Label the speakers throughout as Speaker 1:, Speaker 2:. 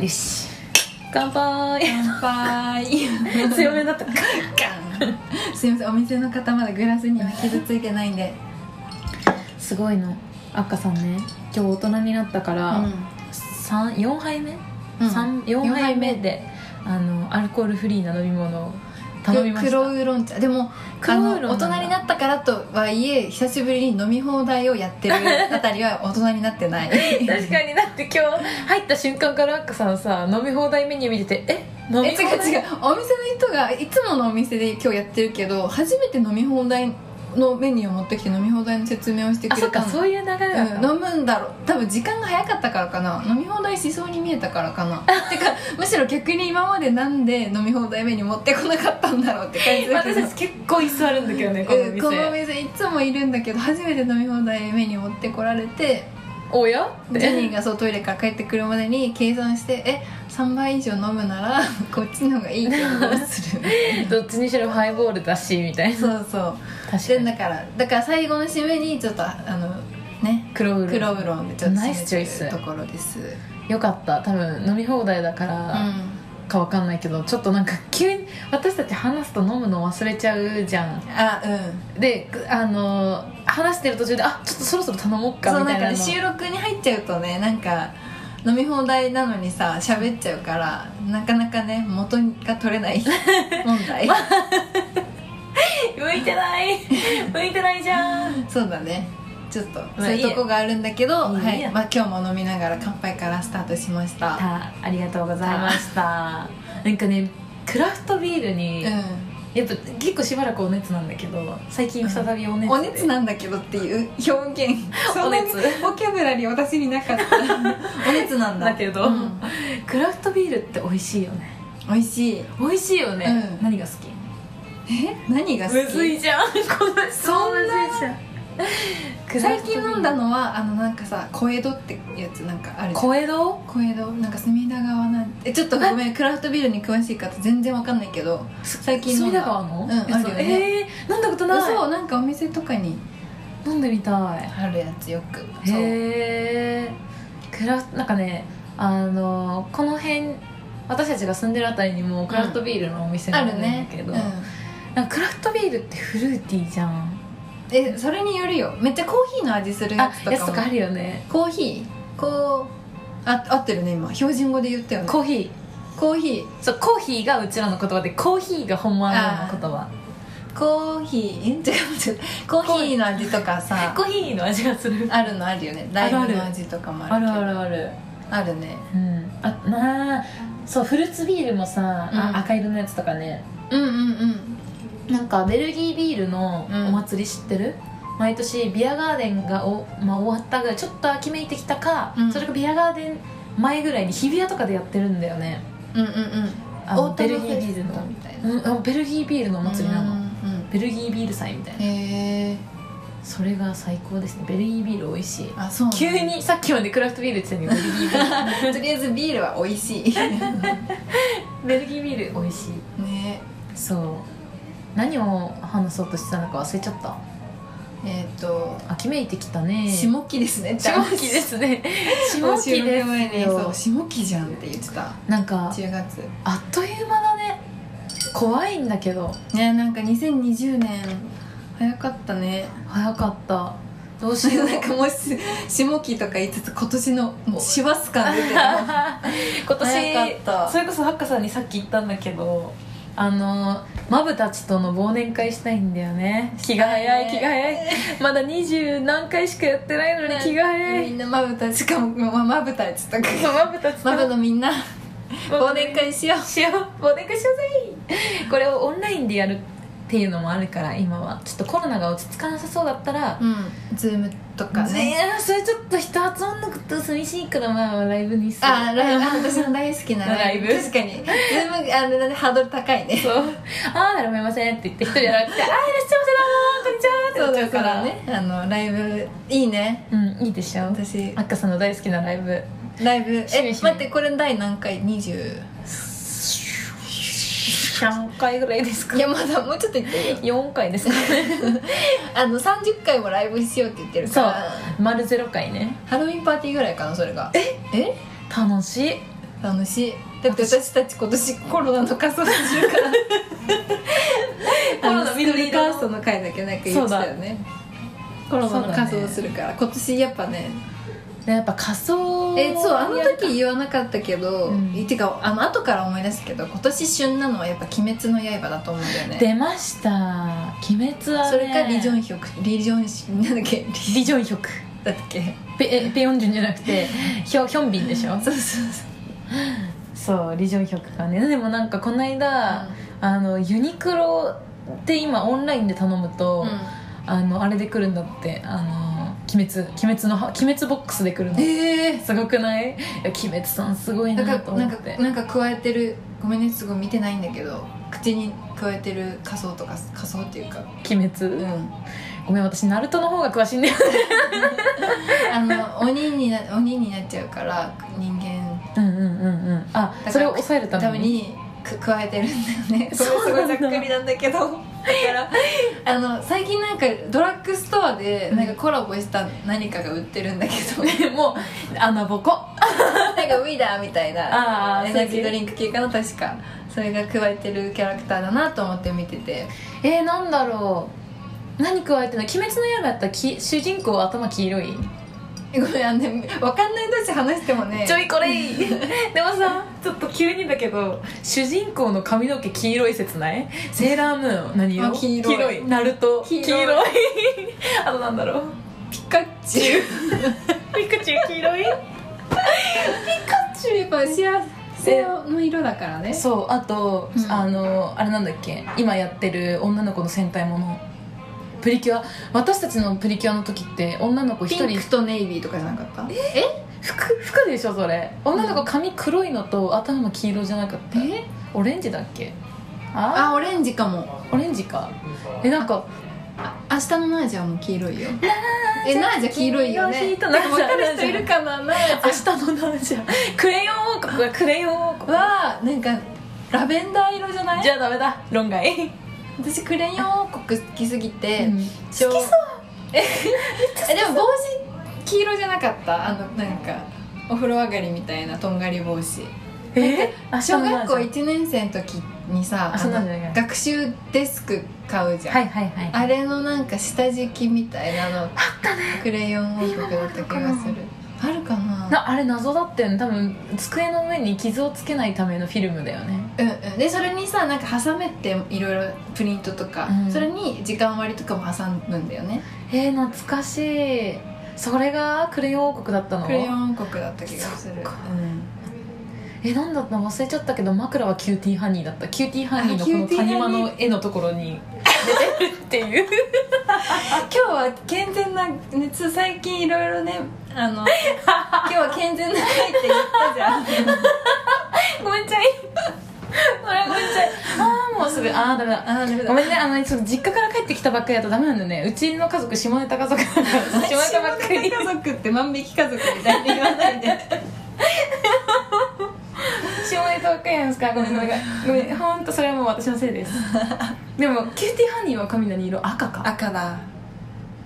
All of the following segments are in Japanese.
Speaker 1: よし
Speaker 2: 乾杯
Speaker 1: 乾杯
Speaker 2: 強めだった
Speaker 1: ガン すいませんお店の方まだグラスには傷ついてないんです
Speaker 2: ごいのあっかさんね今日大人になったから、三4杯目、
Speaker 1: うん
Speaker 2: 三四4杯目であのアルコールフリーな飲み物を頼みました
Speaker 1: 黒ウーロン茶でも
Speaker 2: 黒
Speaker 1: あ
Speaker 2: ウ
Speaker 1: の
Speaker 2: ーロ
Speaker 1: 大
Speaker 2: ンなんだ
Speaker 1: 人になったからとはいえ久しぶりに飲み放題をやってるあたりは大人になってない
Speaker 2: 確かにだって今日入った瞬間からあっかさんさ飲み放題メニュー見ててえ飲
Speaker 1: え
Speaker 2: み
Speaker 1: 違う
Speaker 2: 放題
Speaker 1: 違うお店の人がいつものお店で今日やってるけど初めて飲み放題のメニューを持ってきて飲み放題の説明をしてく
Speaker 2: あ
Speaker 1: れ
Speaker 2: そ
Speaker 1: た
Speaker 2: っか
Speaker 1: の
Speaker 2: そういう流れだった、
Speaker 1: うん、飲むんだろう多分時間が早かったからかな飲み放題しそうに見えたから かなてかむしろ逆に今までなんで飲み放題目に持ってこなかったんだろうって感じだけ
Speaker 2: 私
Speaker 1: ど
Speaker 2: たち結構居座るんだけどねこの
Speaker 1: うん
Speaker 2: 店、
Speaker 1: このお店いつもいるんだけど初めて飲み放題メニュー持ってこられて
Speaker 2: おや
Speaker 1: ジェニーがそうトイレから帰ってくるまでに計算してえ3杯以上飲むなら こっちの方がいいけどどうする
Speaker 2: どっちにしろハイボールだしみたいな
Speaker 1: そうそう
Speaker 2: 確
Speaker 1: でだからだから最後の締めにちょっとあのね
Speaker 2: 黒ウー
Speaker 1: 黒
Speaker 2: ロ
Speaker 1: ウーロンでちょっと
Speaker 2: ナイスチョイス
Speaker 1: 締めてるところです
Speaker 2: よかった多分飲み放題だか
Speaker 1: う
Speaker 2: ら
Speaker 1: ん
Speaker 2: かわかんないけどちょっとなんか急に私たち話すと飲むの忘れちゃうじゃん
Speaker 1: あうん
Speaker 2: であの話してる途中であちょっとそろそろ頼もう
Speaker 1: そ
Speaker 2: か
Speaker 1: う
Speaker 2: みたい
Speaker 1: なんか
Speaker 2: な
Speaker 1: ね
Speaker 2: の
Speaker 1: 収録に入っちゃうとねなんか飲み放題なのにさ喋っちゃうからなかなかね元が取れない 問題、
Speaker 2: 向いてない 向いてないじゃん
Speaker 1: そうだねちょっと
Speaker 2: あ
Speaker 1: そういうとこがあるんだけど、
Speaker 2: いいや
Speaker 1: はい
Speaker 2: い
Speaker 1: い
Speaker 2: や
Speaker 1: まあ、今日も飲みながら乾杯からスタートしました
Speaker 2: あありがとうございましたなんかねクラフトビール
Speaker 1: う
Speaker 2: に、
Speaker 1: ん
Speaker 2: やっぱ結構しばらくお熱なんだけど最近再びお熱で、
Speaker 1: お熱なんだけどっていう表現そんなに
Speaker 2: お熱
Speaker 1: ボキャブラリー私になかった お熱なんだ
Speaker 2: だけど
Speaker 1: うん
Speaker 2: クラフトビールって美味しいよね
Speaker 1: 美味しい
Speaker 2: 美味しいよね、
Speaker 1: うん
Speaker 2: 何が好き
Speaker 1: え何が好き
Speaker 2: じゃんこの
Speaker 1: そんな最
Speaker 2: 最
Speaker 1: 近
Speaker 2: 近飲
Speaker 1: 飲
Speaker 2: ん
Speaker 1: ん
Speaker 2: だ
Speaker 1: だ
Speaker 2: の
Speaker 1: のはあのなんかさ小江戸ってやつなんかあるじゃん
Speaker 2: 小江戸
Speaker 1: 小江戸なんか隅田川なんてえちょっとごめんクラフトビールに詳しい方全然わかんないけど最近飲
Speaker 2: 隅
Speaker 1: ん
Speaker 2: 田
Speaker 1: だ
Speaker 2: 川の、
Speaker 1: うん
Speaker 2: やつ
Speaker 1: あるよね
Speaker 2: えー、飲んだことない
Speaker 1: そうなんかお店とかに
Speaker 2: 飲んでみたい
Speaker 1: あるやつよくそう
Speaker 2: へえクラフなんかねあのこの辺私たちが住んでるあたりにもクラフトビールのお店が
Speaker 1: あ
Speaker 2: ある
Speaker 1: る
Speaker 2: んだ
Speaker 1: ね
Speaker 2: け
Speaker 1: う
Speaker 2: ど、
Speaker 1: ん
Speaker 2: なんかクラフトビールってフルーティーじゃん
Speaker 1: えそれによるよめっちゃコーヒーの味するや
Speaker 2: あ
Speaker 1: つ
Speaker 2: やつ
Speaker 1: と
Speaker 2: とか
Speaker 1: か
Speaker 2: あ
Speaker 1: も
Speaker 2: るよね
Speaker 1: コーヒーこうあ合ってるね今標準語で言ったよね
Speaker 2: コーヒー
Speaker 1: コーヒ
Speaker 2: そうコーヒーがうちらの言葉でコーヒーが本物の言葉
Speaker 1: ーコーヒーえ違う違うコーヒーの味とかさ
Speaker 2: コーヒーの味がする
Speaker 1: あるのあるよねライ
Speaker 2: ある
Speaker 1: ム
Speaker 2: ある
Speaker 1: の味とかもあ
Speaker 2: あ
Speaker 1: る
Speaker 2: る
Speaker 1: けど
Speaker 2: あるある
Speaker 1: あるね
Speaker 2: うんあなあそうフルーツビールもさ、あ
Speaker 1: うん
Speaker 2: 赤色のやつとかね
Speaker 1: うんうんうん
Speaker 2: なんかベルギービールのお祭り知ってる、毎年ビアガーデンがお、まあ、終わったぐらいちょっと秋めいてきたか、
Speaker 1: うん
Speaker 2: それがビアガーデン前ぐらいに日比谷とかでやってるんだよね
Speaker 1: うんうんうん
Speaker 2: あ
Speaker 1: オ
Speaker 2: の
Speaker 1: ータ
Speaker 2: ベ
Speaker 1: ム
Speaker 2: ル
Speaker 1: フ
Speaker 2: ギー
Speaker 1: ェ
Speaker 2: ビール
Speaker 1: スタ
Speaker 2: の
Speaker 1: みたいな
Speaker 2: うんあベルギービールのお祭りなの、
Speaker 1: うん
Speaker 2: ベルギービール祭みたい
Speaker 1: うん
Speaker 2: な
Speaker 1: へえ
Speaker 2: それが最高ですねベルギービール美味しい
Speaker 1: あそうなんだ
Speaker 2: 急にさっきまでクラフトビールって言ってたのにベルギービー
Speaker 1: とりあえずビー ルは美味し い
Speaker 2: ルベルギービール美味しい
Speaker 1: ね
Speaker 2: そう何を話そうとしてたのか忘れちゃった
Speaker 1: えっ、ー、と
Speaker 2: 秋めいてきたね
Speaker 1: 下期ですね
Speaker 2: 下期ですすね
Speaker 1: 下
Speaker 2: 下
Speaker 1: 期
Speaker 2: 期
Speaker 1: で
Speaker 2: です
Speaker 1: 前に
Speaker 2: す
Speaker 1: そう
Speaker 2: よ
Speaker 1: 下期じゃんって言ってた
Speaker 2: なんか
Speaker 1: 10月
Speaker 2: あっという間だね怖いんだけど
Speaker 1: ねなんか2020年早かったね
Speaker 2: 早かったどうしよう
Speaker 1: なんかもし下期とか言いつつ今年の
Speaker 2: お
Speaker 1: 師走感 出て る
Speaker 2: 今
Speaker 1: 早
Speaker 2: 年
Speaker 1: かった
Speaker 2: それこそハッカさんにさっき言ったんだけどあのマブたちとの忘年会したいんだよね気が早い気が早いまだ二十何回しかやってないのに気が早
Speaker 1: み
Speaker 2: い
Speaker 1: んなまぶたしかもままぶたちとか
Speaker 2: マブたちと
Speaker 1: まぶのみんな忘
Speaker 2: 忘
Speaker 1: 年
Speaker 2: 年
Speaker 1: 会
Speaker 2: 会
Speaker 1: しよう
Speaker 2: しよう忘年会しようぜこれをオンラインでやるっていうのもあるから今はちょっとコロナが落ち着かなさそうだったら、
Speaker 1: うんズームとかね
Speaker 2: いやそれちょっと人集まんなくて寂しいからまあライブにする
Speaker 1: あライブ私の大好きなライブ
Speaker 2: ライブ
Speaker 1: 確かにズームあのねハードル高いね
Speaker 2: そう「ああ誰もいません」って言って一人じゃなくて「ああいらっしゃいませどうもこんにちは」ってなっちゃうから
Speaker 1: ねあのライブいいね
Speaker 2: うんいいでしょ
Speaker 1: 私
Speaker 2: あっかさんの大好きなライブ
Speaker 1: ライブえ
Speaker 2: しめしめ
Speaker 1: 待ってこれ第何回 20?
Speaker 2: 3回ぐらいですか
Speaker 1: いやまだもうちょっと言ってるよ
Speaker 2: 4回ですかね
Speaker 1: あの30回もライブしようって言ってるか
Speaker 2: そう
Speaker 1: ら
Speaker 2: 丸ゼロ回ね
Speaker 1: ハロウィンパーティーぐらいかなそれがええ
Speaker 2: 楽しい
Speaker 1: 楽しいだって私たち今年コロナの仮装するか
Speaker 2: コ
Speaker 1: らコ
Speaker 2: ロ
Speaker 1: ロ
Speaker 2: ナ
Speaker 1: ナ
Speaker 2: 緑
Speaker 1: 緑
Speaker 2: 色
Speaker 1: カ
Speaker 2: の
Speaker 1: ーストの回だけなんか言ってたよねコロナの仮装するから、今年やっぱね
Speaker 2: やっぱ仮装
Speaker 1: えそうあの時言わなかったけど、
Speaker 2: うん
Speaker 1: てかあの後から思い出すけど今年旬なのはやっぱ「鬼滅の刃」だと思うんだよね
Speaker 2: 出ました「鬼滅は、ね」
Speaker 1: それかリジョンヒョクリジョンシなんだっけリ
Speaker 2: リジョンヒョク
Speaker 1: だっけ
Speaker 2: ペえペヨンジュンじゃなくてヒョヒョンビンでしょ
Speaker 1: そうそうそう、
Speaker 2: そうリジョンヒョクがねでもなんかこの間、あのユニクロって今オンラインで頼むと、あのあれで来るんだってあの鬼滅鬼滅の刃鬼滅ボックスで来るの
Speaker 1: ええ
Speaker 2: すごくないいや鬼滅さんすごい
Speaker 1: ー、な
Speaker 2: なんと
Speaker 1: かな
Speaker 2: 思
Speaker 1: ん
Speaker 2: っ
Speaker 1: か
Speaker 2: て
Speaker 1: なんか加えてるごめんねすごい見てないんだけど口に加えてる仮装とか仮装っていうか
Speaker 2: 鬼
Speaker 1: う
Speaker 2: 滅
Speaker 1: ん
Speaker 2: ごめん私ナルトの方が詳しいんだよね
Speaker 1: あの鬼にな鬼になっちゃうから人間
Speaker 2: うんうんうんうんあ
Speaker 1: から
Speaker 2: それを抑えるた
Speaker 1: た
Speaker 2: め
Speaker 1: め
Speaker 2: に
Speaker 1: にく加えてるんだよね それ
Speaker 2: そう
Speaker 1: すご
Speaker 2: なん
Speaker 1: い
Speaker 2: だ
Speaker 1: ざっくりなんだけどだから あの最近なんかドラッグストアでなんかコラボした何かが売ってるんだけ ど
Speaker 2: もう穴ぼこ
Speaker 1: なんかウィダーみたい
Speaker 2: あ
Speaker 1: な
Speaker 2: ー
Speaker 1: エナジードリンク系かな確かそれが加えてるキャラクターだなと思って見てて
Speaker 2: えー、なんだろう何加えてない鬼滅の刃やったらき主人公頭黄色い
Speaker 1: ごめんあのねわかんない同士話してもね
Speaker 2: ちょいこれ でもさちょっと急にだけど主人公の髪の毛黄色い説ないセーラームーン何色
Speaker 1: あ黄色い
Speaker 2: ナルト
Speaker 1: 黄色い
Speaker 2: あとなんだろう
Speaker 1: ピカチュ ウ
Speaker 2: ピカチュウ黄色い
Speaker 1: チュウやっぱ幸せの色だからね
Speaker 2: そうあと、
Speaker 1: うん
Speaker 2: あのあれなんだっけ今やってる女の子の戦隊ものプリキュア私たちのプリキュアの時って女の子一
Speaker 1: ピン
Speaker 2: 人
Speaker 1: クとネイビーとかじゃなかった
Speaker 2: 服服でしょそれ女の子髪黒いのと頭黄色じゃなかった
Speaker 1: え
Speaker 2: オレンジだっけあ
Speaker 1: あオレンジかも
Speaker 2: オレンジかえなんか
Speaker 1: 明日のナージャも黄色いよえナージャ黄色いよ
Speaker 2: 黄色い
Speaker 1: ね
Speaker 2: 人
Speaker 1: 分
Speaker 2: ナ
Speaker 1: か
Speaker 2: ージャ
Speaker 1: る人いるかなナージ
Speaker 2: 明日のなん じゃクレヨン王国はクレヨン王
Speaker 1: ャ
Speaker 2: 国
Speaker 1: はなんかラベンダー色じゃない
Speaker 2: じゃあダメだ論外
Speaker 1: 私クレヨン王国好きすぎて、
Speaker 2: うん
Speaker 1: ちょう えでも帽子黄色じゃなかったあのなんかお風呂上がりみたいなとんがり帽子
Speaker 2: え明日
Speaker 1: 小
Speaker 2: のなん
Speaker 1: 学
Speaker 2: じ
Speaker 1: 校
Speaker 2: ゃ
Speaker 1: 1年生の時にさ
Speaker 2: あ
Speaker 1: あ
Speaker 2: そうなんじゃない
Speaker 1: の学習デスク買うじゃん、
Speaker 2: はいはいはい
Speaker 1: あれのなんか下敷きみたいなのあったねクレヨン王国だった気がするあるかな
Speaker 2: なあれ謎だったよね多分机の上に傷をつけないためのフィルムだよね
Speaker 1: うんうん、でそれにさなんか挟めていろいろプリントとか、
Speaker 2: うん
Speaker 1: それに時間割とかも挟むんだよね
Speaker 2: えー、懐かしいそれがクレヨン王国だったの
Speaker 1: クレヨン王国だった気がする
Speaker 2: そっか
Speaker 1: うん
Speaker 2: えなんだった忘れちゃったけど枕はキューティーハニーだったキューティーハニーの
Speaker 1: あ
Speaker 2: こ
Speaker 1: キュ
Speaker 2: の
Speaker 1: ーティーハニ
Speaker 2: 谷
Speaker 1: ー
Speaker 2: 間の絵のところに 出てるっていう
Speaker 1: 今日は健全な、ね、つ最近いろいろねあ の今日は健全な回って言ったじゃん
Speaker 2: ごめん ちゃいごめんちゃいああもうすぐああダメだ
Speaker 1: あーダメだ
Speaker 2: ごめんねあのちょっと実家から帰ってきたばっかりだとダメなんだよねうちの家族下ネタ家族だから 下ネタばっかり
Speaker 1: 下ネタ家族って万引き家族みたいに言わないで
Speaker 2: 下ネタばっかりなんですかごめんごめんごめんほんとそれはもう私のせい ですでもキューティーハニーは髪何色赤か
Speaker 1: 赤だ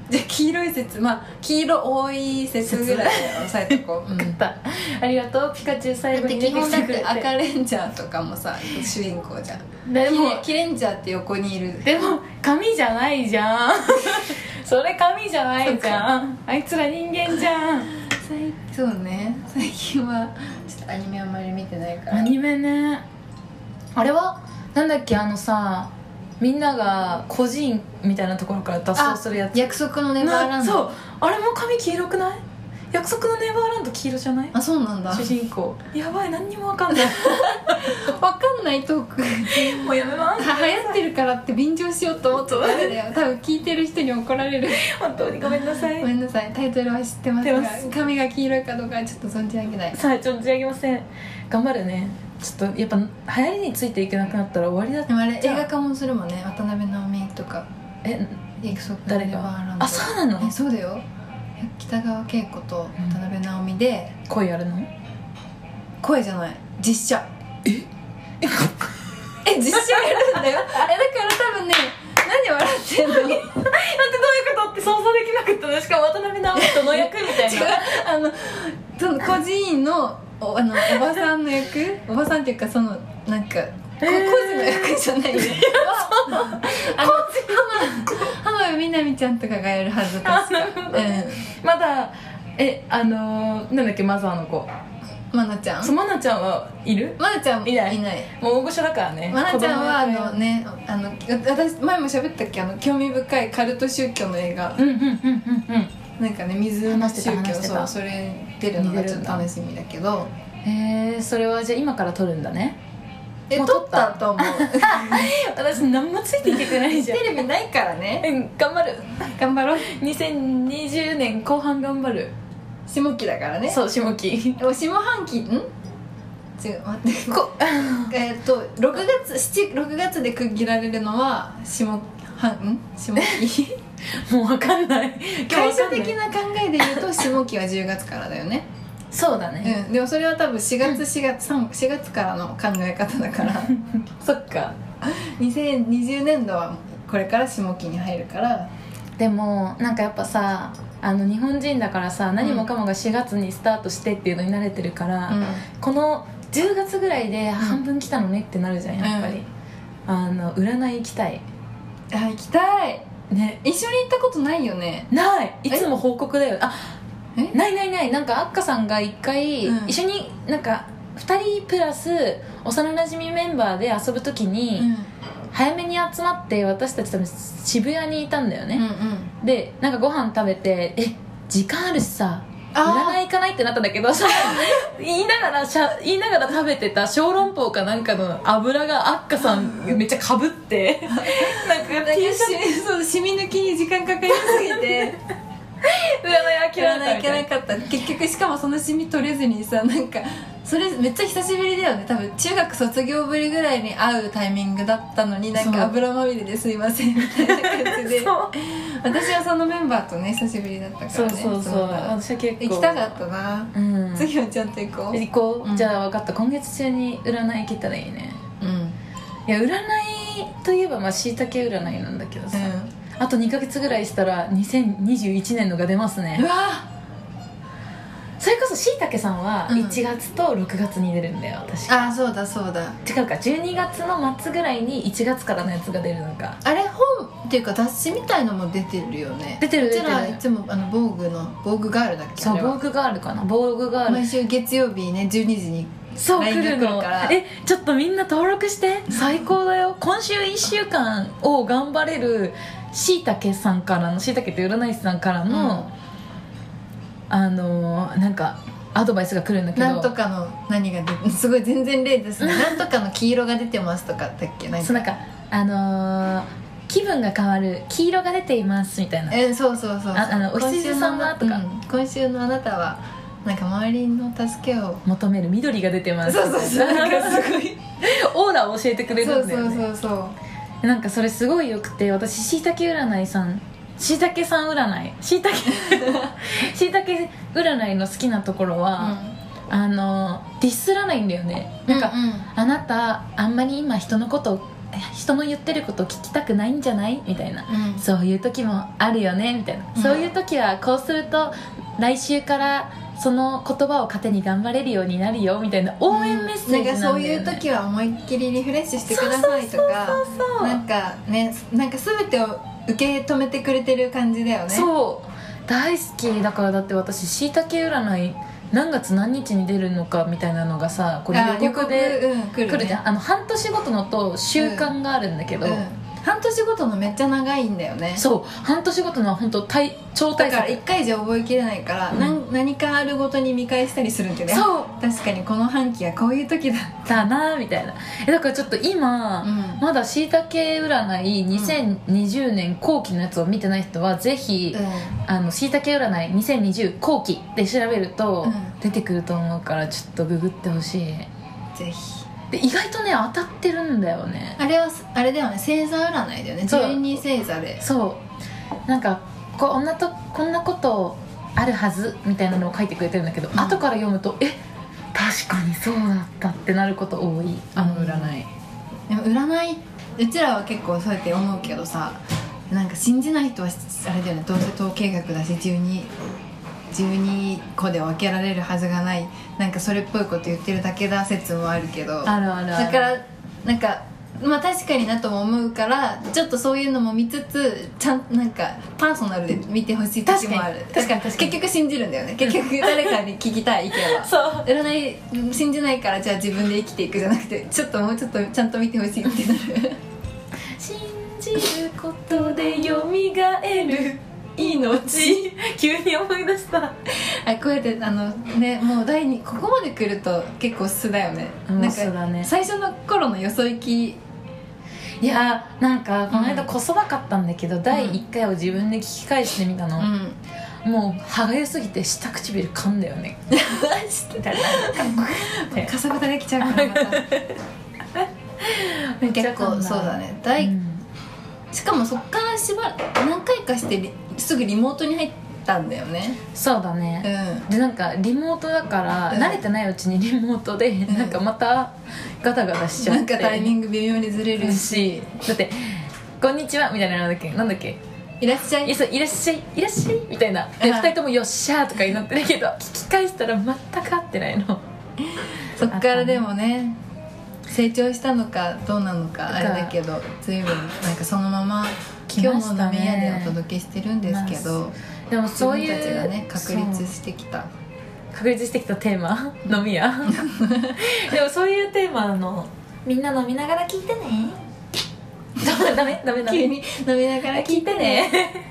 Speaker 1: じゃあ黄色い説まあ黄色多い説ぐらい押さえとこう、うん
Speaker 2: 分かったありがとうピカチュウ最後に
Speaker 1: 基本だって赤
Speaker 2: い
Speaker 1: レンジャーとかもさ主人公じゃん
Speaker 2: で
Speaker 1: で
Speaker 2: も
Speaker 1: もキレンジャーって横にいる
Speaker 2: でも髪じゃないじ ゃんそれ髪じゃないじゃんあいつら人間じゃん
Speaker 1: 最そうね最近はちょっとアニメあんまり見てないから
Speaker 2: アニメねあれはなんだっけあのさみんなが個人みたいなところから脱走するやつ
Speaker 1: 約束のネバーランド
Speaker 2: そうあれも髪黄色くない約束のネバーランド黄色じゃない
Speaker 1: あそうなんだ
Speaker 2: 主人公やばい何にも分かん ない
Speaker 1: 分かんないトー ク
Speaker 2: もうやめま
Speaker 1: 流
Speaker 2: す
Speaker 1: 行ってるからって便乗しようと思ってダメだよ多分聞いてる人に怒られる
Speaker 2: 本当にごめんなさい
Speaker 1: ごめんなさいタイトルは知ってます
Speaker 2: 知っ
Speaker 1: が
Speaker 2: てます
Speaker 1: 髪が黄色いかどうかはちょっと存じ上げない
Speaker 2: さあちょっと上げません頑張るねちょっとやっぱ流行りについていけなくなったら終わりだ
Speaker 1: でもあれ映
Speaker 2: じゃあ
Speaker 1: 画化もするもんね渡辺直美とか
Speaker 2: え
Speaker 1: 約束の
Speaker 2: 誰
Speaker 1: ネバーラ
Speaker 2: が
Speaker 1: ンド
Speaker 2: あそうな
Speaker 1: え
Speaker 2: の
Speaker 1: そうだよ北川景子と渡辺直美で、
Speaker 2: 恋やるの
Speaker 1: 声じゃない実写ええ実写やるんだよえだから多分ね何笑ってんの違う
Speaker 2: だってどういうことって想像 できなくったねしかも渡辺直美との役みたい
Speaker 1: あのその孤児院のおあのおばさんの役おばさんっていうかそのなんかこ個人の役じゃないよ、あの浜辺美波ちゃんとかがやるはず確かう
Speaker 2: まだえあのー、なんだっけマザーの子
Speaker 1: んまなちゃ
Speaker 2: そうんマナちゃんはいる
Speaker 1: まなちゃん
Speaker 2: いない
Speaker 1: いない
Speaker 2: もう大御所だからね
Speaker 1: まなちゃんはあ
Speaker 2: 子供役
Speaker 1: のねあの私前も喋ったっけあの興味深いカルト宗教の映画、
Speaker 2: うんうんうんうんうん
Speaker 1: なんかね水の
Speaker 2: 話してた
Speaker 1: 宗
Speaker 2: 話
Speaker 1: 教
Speaker 2: して
Speaker 1: そ
Speaker 2: た
Speaker 1: うそれ出るのがちょっと楽しみだけど
Speaker 2: へえそれはじゃあ今から撮るんだね
Speaker 1: え
Speaker 2: も
Speaker 1: 撮
Speaker 2: う撮っ
Speaker 1: ったたと思う
Speaker 2: 私何もついていけて ないじ
Speaker 1: テ
Speaker 2: ゃん
Speaker 1: レビないからね
Speaker 2: うん頑張る
Speaker 1: 頑張ろう
Speaker 2: 2020年後半頑張る
Speaker 1: 下期だからね
Speaker 2: そう下期
Speaker 1: お下半期ん違う待 って
Speaker 2: こ
Speaker 1: えーっと6月7 6月で区切られるのは下半ん下期
Speaker 2: もうわかんない
Speaker 1: 会
Speaker 2: わか
Speaker 1: 社
Speaker 2: んない
Speaker 1: 的な考えで言 うと下期は10月からだよね
Speaker 2: そうだね、
Speaker 1: うんでもそれは多分4月4月3 4月からの考え方だから
Speaker 2: そっか
Speaker 1: 2020年度はこれから下期に入るから
Speaker 2: でもなんかやっぱさあの日本人だからさ何もかもが4月にスタートしてっていうのに慣れてるから、この10月ぐらいで半分来たのねってなるじゃんやっぱり、
Speaker 1: うん
Speaker 2: あの占い行きたい
Speaker 1: あ行きたい
Speaker 2: ね
Speaker 1: 一緒に行ったことないよね
Speaker 2: ないいつも報告だよあ
Speaker 1: え
Speaker 2: ないないないなんかあっかさんが一回、
Speaker 1: うん
Speaker 2: 一緒になんか2人プラス幼なじみメンバーで遊ぶ時に、早めに集まって私たち多分渋谷にいたんだよ
Speaker 1: うんう
Speaker 2: ね、
Speaker 1: ん
Speaker 2: でなんかご飯食べてえ時間あるしさ占
Speaker 1: あ
Speaker 2: い行かないってなったんだけどさ 言いながらしゃ言いながら食べてた小籠包かなんかの油があっかさんめっちゃかぶって なんか
Speaker 1: あ
Speaker 2: T シャツ
Speaker 1: そう染み抜きに時間かかりすぎ て
Speaker 2: 占い
Speaker 1: や
Speaker 2: 諦
Speaker 1: ら
Speaker 2: めた
Speaker 1: ない
Speaker 2: み
Speaker 1: け
Speaker 2: たいな
Speaker 1: なかった結局しかもそのシミ取れずにさなんかそれめっちゃ久しぶりだよね多分中学卒業ぶりぐらいに会うタイミングだったのになん
Speaker 2: そう
Speaker 1: か油まみれですいませんみたいな感じ で
Speaker 2: そう
Speaker 1: 私はそのメンバーとね久しぶりだったからね
Speaker 2: そうそうそう
Speaker 1: の場
Speaker 2: 私は結構
Speaker 1: 行きたかったな、
Speaker 2: うん
Speaker 1: 次はちゃんと行こう
Speaker 2: 行こう、
Speaker 1: うん
Speaker 2: じゃあ分かった今月中に占い行けたらいいね
Speaker 1: うん、うん、
Speaker 2: いや占いといえばまあしいたけ占いなんだけどさ、あと2ヶ月ぐらいしたら2021年のが出ます
Speaker 1: う
Speaker 2: ね
Speaker 1: わ
Speaker 2: それこそしいたけさんは
Speaker 1: うん
Speaker 2: 1月と6月に出るんだよ私
Speaker 1: あそうだそうだ
Speaker 2: 違うか12月の末ぐらいに1月からのやつが出るのか
Speaker 1: あれ本っていうか雑誌みたいのも出てるよね
Speaker 2: 出てる
Speaker 1: う
Speaker 2: 出
Speaker 1: ち
Speaker 2: てる
Speaker 1: らいつもあの防具の防具ガールだっけ
Speaker 2: そう
Speaker 1: あれは
Speaker 2: 防具ガールかな防具ガール、
Speaker 1: 毎週月曜日ね12時に
Speaker 2: そう来
Speaker 1: LINE
Speaker 2: る
Speaker 1: が来
Speaker 2: の
Speaker 1: るから
Speaker 2: えちょっとみんな登録して最高だよ今週1週間を頑張れるしいたけさんからのしいたけって占い師さんからの、あのーなんかアドバイスが来るんだけど
Speaker 1: なんとかの何が出てすごい全然例 ですねなんとかの黄色が出てますとかだっけなん
Speaker 2: そう
Speaker 1: か
Speaker 2: なんかあのー気分が変わる黄色が出ていますみたいな
Speaker 1: えそうそうそう
Speaker 2: ああのお
Speaker 1: 今週
Speaker 2: 羊さんは
Speaker 1: の
Speaker 2: とか
Speaker 1: うん今週のあなたはなんか周りの助けを
Speaker 2: 求める緑が出てま
Speaker 1: そう
Speaker 2: す
Speaker 1: そ うそうなんかすごい、
Speaker 2: オーラを教えてくれ
Speaker 1: そ
Speaker 2: るん
Speaker 1: う
Speaker 2: だよ
Speaker 1: そ
Speaker 2: ね
Speaker 1: うそうそう
Speaker 2: なんかそれすごいよくて私しいたけ占いさんしいたけさん占いしいた けしいたけ占いの好きなところは、あのディスらないんだよねなんか、
Speaker 1: うう
Speaker 2: あなたあんまり今人のこと人の言ってること聞きたくないんじゃないみたいな
Speaker 1: うん
Speaker 2: そういう時もあるよねみたいな、
Speaker 1: うん
Speaker 2: そういう時はこうすると来週からその言葉を糧に頑張れるようになるよみたいな応援メッセージなんだよ、ね
Speaker 1: かそういう時は思いっきりリフレッシュしてください
Speaker 2: そう
Speaker 1: とか
Speaker 2: そうそうそう
Speaker 1: なんかねなんか全てを受け止めてくれてる感じだよね
Speaker 2: そう大好きだからだって私しいたけ占い何月何日に出るのかみたいなのがさこれ
Speaker 1: あ
Speaker 2: 予告で
Speaker 1: うん、来
Speaker 2: 来
Speaker 1: る,、ね、
Speaker 2: るじゃんあの半年ごとのと習慣があるんだけど、
Speaker 1: うん半年ごとのめっちゃ長いんだよね
Speaker 2: そう半年ごとのは本当大超
Speaker 1: だ
Speaker 2: 大
Speaker 1: から1
Speaker 2: 作
Speaker 1: 回じゃ覚えきれないから、
Speaker 2: うん
Speaker 1: なん何かあるごとに見返したりするんだよね
Speaker 2: そう
Speaker 1: 確かにこの半期はこういう時だ
Speaker 2: だなみたいなえだからちょっと今、
Speaker 1: うん
Speaker 2: まだしいたけ占い2020年後期のやつを見てない人はぜひ、あのしいたけ占い2020後期で調べると
Speaker 1: うん
Speaker 2: 出てくると思うからちょっとググってほしい
Speaker 1: ぜひ
Speaker 2: で意外とね当たってるんだよね
Speaker 1: あれはあれだよね星座占いだよね
Speaker 2: そう
Speaker 1: 12星座で
Speaker 2: そうなんかこんなとこんなことあるはずみたいなのを書いてくれてるんだけど、
Speaker 1: ん
Speaker 2: 後から読むとえ確かにそうだったってなること多いあの占い、
Speaker 1: でも占いうちらは結構そうやって思うけどさなんか信じない人はあれだよねどうせ統計学だし12 12個で分けられるはずがないなんかそれっぽいこと言ってるだけだ説もあるけど
Speaker 2: あるあるある
Speaker 1: だからなんかまあ確かになとも思うからちょっとそういうのも見つつちゃんなんかパーソナルで見てほしい時もある
Speaker 2: 確かに確かに確
Speaker 1: だら
Speaker 2: かに
Speaker 1: 結局信じるんだよね結局誰かに聞きたい意見は
Speaker 2: そう
Speaker 1: 占い信じないからじゃあ自分で生きていくじゃなくてちょっともうちょっとちゃんと見てほしいっ てなる
Speaker 2: 信じることでよみがえる命 急に思い出した
Speaker 1: あこうやってあのねもう第二ここまで来ると結構素だよね
Speaker 2: うん
Speaker 1: なん
Speaker 2: 素だ
Speaker 1: か
Speaker 2: ね
Speaker 1: 最初の頃のよそ行き
Speaker 2: いやーなんかこの間
Speaker 1: うん
Speaker 2: こそばかったんだけど、第1回を自分で聞き返してみた
Speaker 1: う
Speaker 2: の、
Speaker 1: ん
Speaker 2: もう歯がゆすぎて下唇噛んだよ ねみたいな
Speaker 1: かさぶたできちゃう からまた結構そうだね
Speaker 2: は
Speaker 1: 第
Speaker 2: い、
Speaker 1: しかもそっからしば何回かしてリすぐリモートに入ったんだよね
Speaker 2: そうだね、
Speaker 1: う
Speaker 2: でなんかリモートだから、
Speaker 1: うん
Speaker 2: 慣れてないうちにリモートで、
Speaker 1: ん
Speaker 2: なんかまたガタガタし
Speaker 1: ん
Speaker 2: ちゃって
Speaker 1: なんかタイミング微妙にずれるし
Speaker 2: しだって「こんにちは」みたいなのなんだっけなんだっけ
Speaker 1: いらっしゃ
Speaker 2: いや
Speaker 1: い
Speaker 2: そういらっしゃいいらっしゃいみたいなで
Speaker 1: うん
Speaker 2: 2人とも「よっしゃ」とかになってるけど聞き返したら全く合ってないの
Speaker 1: そっからでもね成長したのかどうなのかあれだけど随分なんかそのまま
Speaker 2: 来
Speaker 1: 今
Speaker 2: ま
Speaker 1: 日
Speaker 2: し
Speaker 1: も
Speaker 2: た
Speaker 1: 飲み屋で
Speaker 2: ね
Speaker 1: お届けしてるんですけど、
Speaker 2: でもそういう
Speaker 1: 自分たちがね確立
Speaker 2: そう
Speaker 1: してきた
Speaker 2: 確立してきたテーマ 飲み屋でもそういうテーマのみんな飲みながら聞いてねダメダメ ダメ
Speaker 1: 急に飲みながら聞いてね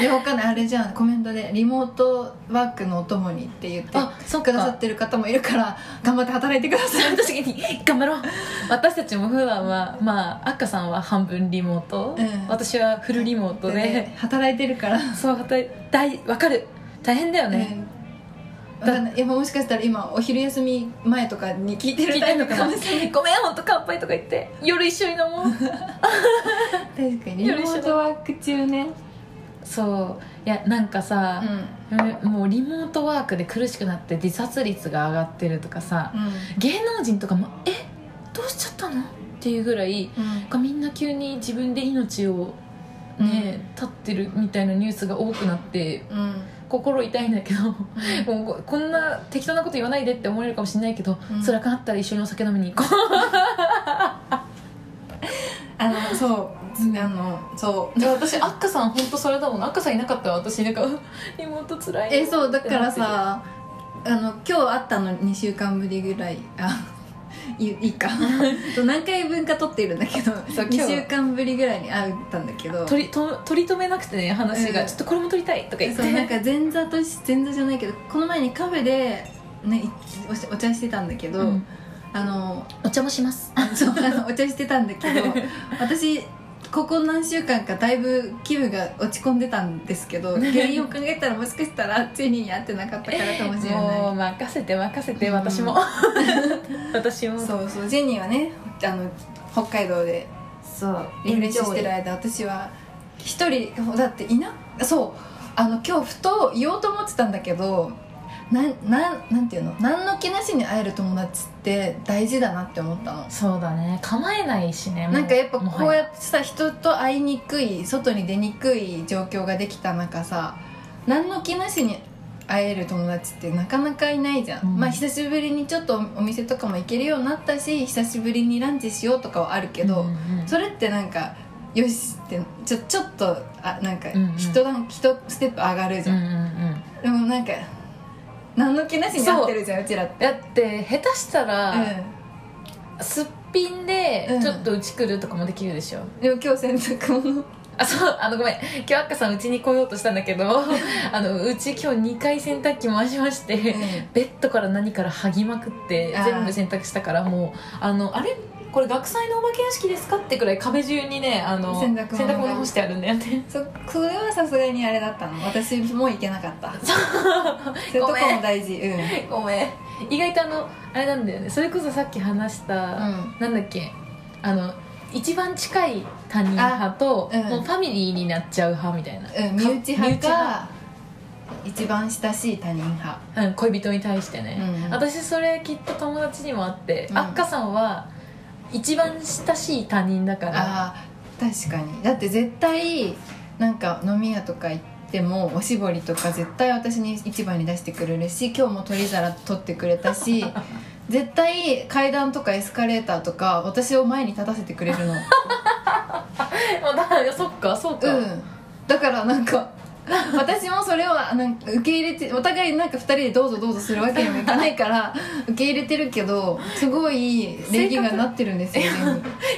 Speaker 1: でわかんないあれじゃんコメントで「リモートワークのお供に」って言って
Speaker 2: あそっか
Speaker 1: くださってる方もいるから頑張って働いてください
Speaker 2: 確かに頑張ろう私たちも普段はまあ赤さんは半分リモート、
Speaker 1: うん
Speaker 2: 私はフルリモートで、
Speaker 1: で働いてるから、
Speaker 2: そう働い大分かる大変だよね、
Speaker 1: うんわかんないいやもしかしたら今お昼休み前とかに聞いて
Speaker 2: 聞
Speaker 1: る
Speaker 2: いて
Speaker 1: タイ
Speaker 2: んの
Speaker 1: プ
Speaker 2: か
Speaker 1: か
Speaker 2: な
Speaker 1: もしれない
Speaker 2: ごめん本当乾杯とか言って夜一緒に飲もう
Speaker 1: 確かにリモートワーク中ね
Speaker 2: そういやなんか
Speaker 1: う
Speaker 2: さ
Speaker 1: ん、
Speaker 2: うんもうリモートワークで苦しくなって自殺率が上がってるとかさ、
Speaker 1: うん
Speaker 2: 芸能人とかも「えどうしちゃったの?」っていうぐらいなんかみんな急に自分で命をね、絶ってるみたいなニュースが多くなって
Speaker 1: うんうん
Speaker 2: 心痛いんだけど もうこんな適当なこと言わないでって思えるかもしれないけど、
Speaker 1: うん
Speaker 2: 辛くなったら一緒にお酒飲みに行 こ
Speaker 1: あのそうあのそう
Speaker 2: うで私アッカさん本当それだもんアッカさんいなかったら私なんかう 妹つらい
Speaker 1: えそうだからさあの今日会ったの2週間ぶりぐらいあいいい かそう何回分か撮っているんだけど
Speaker 2: そう
Speaker 1: 2
Speaker 2: 今日
Speaker 1: 週間ぶりぐらいに会ったんだけど
Speaker 2: 取りと取り留めなくてね話が、
Speaker 1: うん
Speaker 2: ちょっとこれも取りたいとか言って
Speaker 1: そうなんか前座とし前座じゃないけどこの前にカフェで、ね、いおしお茶してたんだけど、
Speaker 2: うん
Speaker 1: あの
Speaker 2: お茶もし ます
Speaker 1: あそうあのお茶してたんだけど私ここ何週間かだいぶ気分が落ち込んでたんですけ ど原因を考えたらもしかしたらチェニーに会ってなかったからかもしれない
Speaker 2: もう任せて任せて、
Speaker 1: うん
Speaker 2: 私も私も
Speaker 1: そうそうジェニーはねあの北海道で
Speaker 2: そう
Speaker 1: リフレッシュしてる間私は一人だっていなそうあの今日ふと言おうと思ってたんだけどなんなんなんていうの何の気なしに会える友達って大事だなって思ったの
Speaker 2: そうだね構えないしねもう
Speaker 1: なんかやっぱ
Speaker 2: もは
Speaker 1: こうやってさ人と会いにくい外に出にくい状況ができた中さ何の気なしに会える友達ってなかなかいないじゃん、
Speaker 2: うん
Speaker 1: まあ久しぶりにちょっとお店とかも行けるようになったし久しぶりにランチしようとかはあるけど、
Speaker 2: うんうん
Speaker 1: それってなんかよしってちょちょっとあなんか
Speaker 2: うんうん
Speaker 1: 一段、一ステップ上がるじ
Speaker 2: うん
Speaker 1: ゃ
Speaker 2: うん
Speaker 1: ん、
Speaker 2: うん
Speaker 1: でもなんか何の気なしに会ってるじゃんうちらって
Speaker 2: だって下手したら、すっぴんで
Speaker 1: うん
Speaker 2: ちょっとうち来るとかもできるでしょ、
Speaker 1: うん、でも今日洗濯物
Speaker 2: あそうあのごめん今日赤さんうちに来ようとしたんだけ どあのうち今日2回洗濯機回しまして、
Speaker 1: ん
Speaker 2: ベッドから何から剥ぎまくって
Speaker 1: あー
Speaker 2: 全部洗濯したからもうあのあれこれ学祭のお化け屋敷ですかってくらい壁中にねあの
Speaker 1: 洗濯物が
Speaker 2: 物干してあるんだよね
Speaker 1: そそれはさすがにあれだったの私もう行けなかったそうそういう
Speaker 2: ご
Speaker 1: とこも
Speaker 2: めん
Speaker 1: 大事うん、うん、
Speaker 2: ごめん意外とあのあれなんだよねそれこそさっき話した、なんだっけあの一番近い他人派と、
Speaker 1: あうん
Speaker 2: もうファミリーになっちゃう派みたいな、
Speaker 1: うん、身内派か一番親しい他人派
Speaker 2: うん、恋人に対してね、
Speaker 1: うんうん
Speaker 2: 私それきっと友達にもあって、
Speaker 1: うん
Speaker 2: あっかさんは一番親しい他人だから
Speaker 1: あー確かにだって絶対なんか飲み屋とか行っってもおしぼりとか絶対私に市場に出してくれるし今日も取り皿取ってくれた し絶対階段とかエスカレーターとか私を前に立たせてくれるの
Speaker 2: まあだから そっかそうか、
Speaker 1: うんだからなんか私もそれをなんか受け入れてお互いなんか2人でどうぞどうぞするわけにもいかないから受け入れてるけどすごい礼儀がなってるんですよね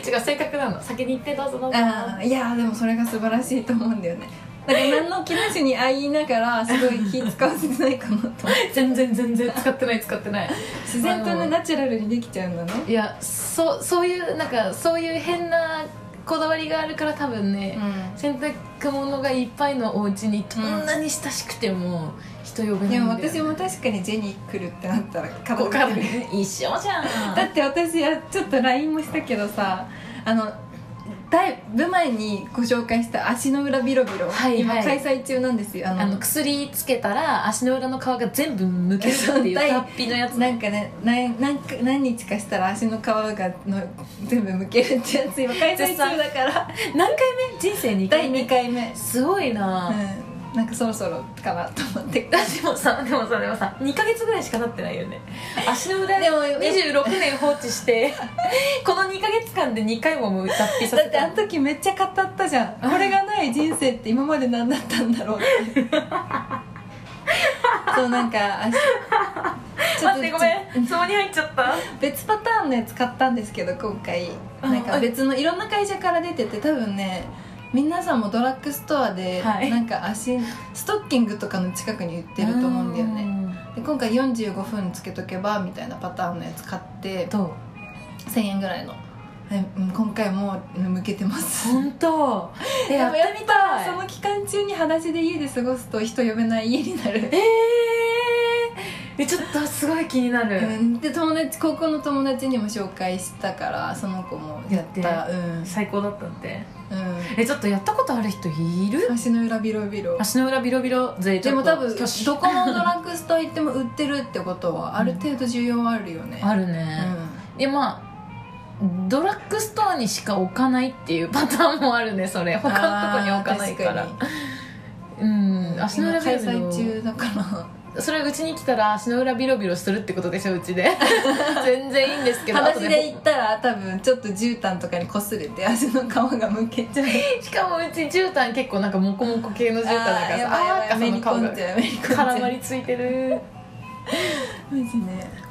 Speaker 2: 違う性格なの先に行ってどうぞどうぞ
Speaker 1: ああいやーでもそれが素晴らしいと思うんだよねだから何の気なしにあいながらすごい気使わせてないかな と
Speaker 2: 全然全然使ってない使ってない
Speaker 1: 自然と
Speaker 2: あ
Speaker 1: ね
Speaker 2: の
Speaker 1: ナチュラルにできちゃうんだね
Speaker 2: いやそうそういうなんかそういう変なこだわりがあるから多分ね、洗濯物がいっぱいのお家にどんなに親しくても人呼べないんだ
Speaker 1: で
Speaker 2: よ
Speaker 1: も私も確かにジェニー来るってなったら
Speaker 2: こ
Speaker 1: 片
Speaker 2: こ
Speaker 1: 付
Speaker 2: か
Speaker 1: け
Speaker 2: ら
Speaker 1: る
Speaker 2: ね一緒じゃん
Speaker 1: だって私はちょっと LINE もしたけどさあのだいぶ前にご紹介した足の裏ビロビロ、
Speaker 2: はいはい
Speaker 1: 今開催中なんですよあの
Speaker 2: あの薬つけたら足の裏の皮が全部むけるっていう
Speaker 1: そう
Speaker 2: 脱皮のやつ
Speaker 1: なんかね何何か何日かしたら足の皮がの全部むけるってやつ今開催中だから
Speaker 2: 何回目人生2
Speaker 1: 第
Speaker 2: 回
Speaker 1: 2
Speaker 2: 目
Speaker 1: 回目
Speaker 2: すごいな、
Speaker 1: うんなんかそろそろかなと思っ て
Speaker 2: でもさでもさでもさ2ヶ月ぐらいしか経ってないよ ね足の裏
Speaker 1: で
Speaker 2: で
Speaker 1: も
Speaker 2: も26年放置して この2ヶ月間で2回ももう脱皮さ
Speaker 1: だ
Speaker 2: せ
Speaker 1: ってあ
Speaker 2: た
Speaker 1: の時めっちゃ語ったじゃんこれがない人生って今まで何だったんだろうって そうなんかあしちょ
Speaker 2: 待ってごめんツボに入っちゃった
Speaker 1: 別パターンのやつ買ったんですけど今回
Speaker 2: あ
Speaker 1: なんか
Speaker 2: あ
Speaker 1: 別のいろんな会社から出てて多分ね皆さんもドラッグストアで
Speaker 2: はい
Speaker 1: なんか足、ストッキングとかの近くに売ってると思うんだよねで今回45分つけとけばみたいなパターンのやつ買って
Speaker 2: どう
Speaker 1: 1000円ぐらいのえうん今回もう向けてます
Speaker 2: 本当えやってみたい
Speaker 1: その期間中に裸足で家で過ごすと人呼べない家になる
Speaker 2: えーえちょっとすごい気になる、
Speaker 1: うん、で友達高校の友達にも紹介したからその子もやった
Speaker 2: や
Speaker 1: うん
Speaker 2: 最高だったって
Speaker 1: う
Speaker 2: えちょっとやったことある人いる
Speaker 1: ん足の裏ビロビロ
Speaker 2: 足の裏ビロビロ勢ち
Speaker 1: で
Speaker 2: ょ
Speaker 1: も
Speaker 2: っと
Speaker 1: 多分
Speaker 2: 挙手
Speaker 1: どこのドラッグストア行っても売ってるってことはある程度需要はあるよね、
Speaker 2: ある
Speaker 1: う
Speaker 2: ね、
Speaker 1: ん
Speaker 2: でまあドラッグストアにしか置かないっていうパターンもあるねそれ他のとこに置かないから
Speaker 1: あー確か
Speaker 2: うん
Speaker 1: に
Speaker 2: 足の裏
Speaker 1: 今開
Speaker 2: ビロ
Speaker 1: 催
Speaker 2: ビロ
Speaker 1: 中だから
Speaker 2: それはうちに来たら足の裏ビロビロするってことでしょう ちで全然いいんですけど
Speaker 1: 裸足
Speaker 2: 後
Speaker 1: で行ったら多分ちょっと絨毯とかに擦れて足の皮がむけ ちゃう
Speaker 2: しかもうち絨毯結構なんかモコモコ系の絨毯だからさ
Speaker 1: あーやばいやばい
Speaker 2: ー
Speaker 1: めり
Speaker 2: 赤さの
Speaker 1: 込
Speaker 2: 皮
Speaker 1: んじゃうめり込んじゃ
Speaker 2: が
Speaker 1: う
Speaker 2: 絡まりついてる
Speaker 1: マジね